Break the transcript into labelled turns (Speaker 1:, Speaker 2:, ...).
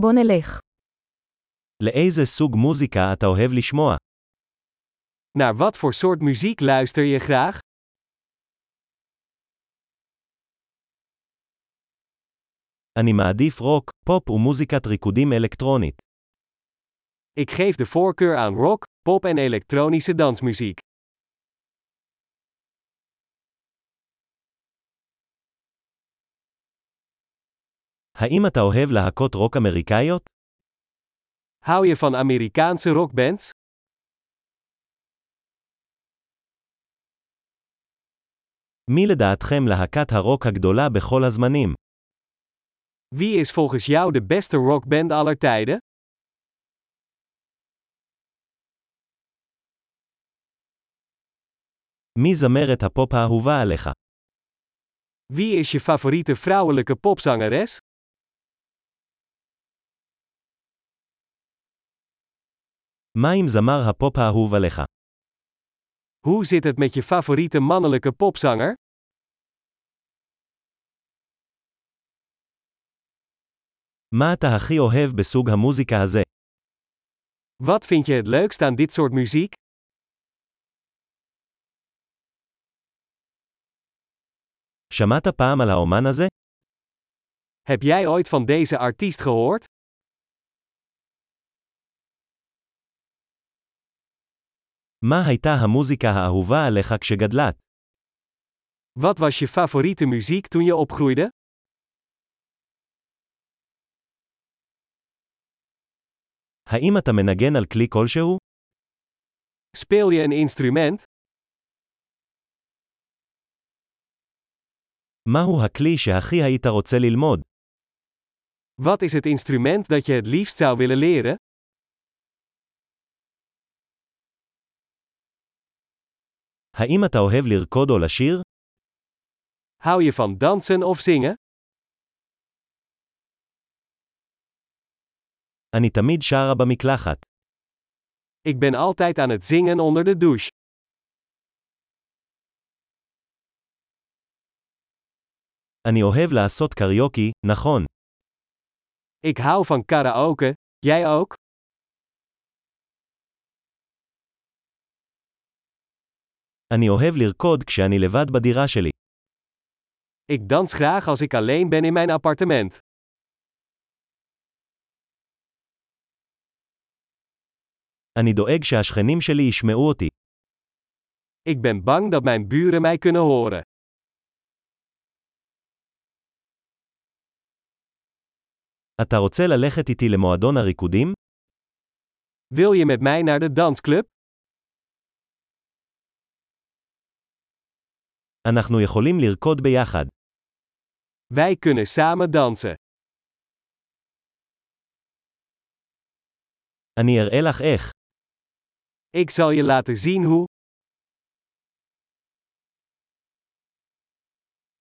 Speaker 1: בוא נלך.
Speaker 2: לאיזה סוג מוזיקה אתה אוהב לשמוע?
Speaker 3: Naar wat voor soort muziek luister je graag?
Speaker 2: אני מעדיף רוק, פופ ומוזיקת ריקודים אלקטרונית.
Speaker 3: Ik geef de voorkeur aan rock, pop en elektronische dansmuziek.
Speaker 2: האם אתה אוהב להקות רוק אמריקאיות?
Speaker 3: Hou je van Amerikaanse rockbands?
Speaker 2: מי לדעתכם להקת הרוק הגדולה בכל הזמנים?
Speaker 3: Wie is volgens jou de beste rockband aller tijden?
Speaker 2: מי זמרת הפופ האהובה עליך?
Speaker 3: Wie is je favoriete vrouwelijke popzangeres?
Speaker 2: מה עם זמר הפופ האהוב עליך?
Speaker 3: Hoe zit het met je favoriete mannelijke popzanger?
Speaker 2: מה אתה הכי אוהב בסוג המוזיקה הזה?
Speaker 3: Wat vind je het leukst aan dit soort muziek?
Speaker 2: שמעת פעם על האומן הזה?
Speaker 3: Heb jij ooit van deze artiest gehoord?
Speaker 2: מה הייתה המוזיקה האהובה עליך כשגדלת?
Speaker 3: Wat was je favoriete muziek toen je opgroeide?
Speaker 2: האם אתה מנגן על כלי כלשהו?
Speaker 3: Speel je een instrument?
Speaker 2: מהו הכלי שהכי היית רוצה ללמוד?
Speaker 3: Wat is het instrument dat je het liefst zou willen leren?
Speaker 2: האם אתה אוהב לרקוד או לשיר?
Speaker 3: Hou je van dansen of zingen?
Speaker 2: אני תמיד שרה במקלחת.
Speaker 3: Ik ben altijd aan het zingen onder de douche.
Speaker 2: אני אוהב לעשות קריוקי, נכון.
Speaker 3: Ik hou van karaoke, jij ook?
Speaker 2: אני אוהב לרקוד כשאני לבד בדירה שלי.
Speaker 3: Ik dans graag als ik alleen ben in mijn appartement.
Speaker 2: אני דואג שהשכנים שלי ישמעו אותי.
Speaker 3: Ik ben bang dat mijn buren mij kunnen horen.
Speaker 2: אתה רוצה ללכת איתי למועדון הריקודים?
Speaker 3: Wil je met mij naar de dansclub?
Speaker 2: אנחנו יכולים לרקוד ביחד.
Speaker 3: Wij kunnen samen dansen.
Speaker 2: אני אראה לך איך.
Speaker 3: Ik zal je laten zien hoe.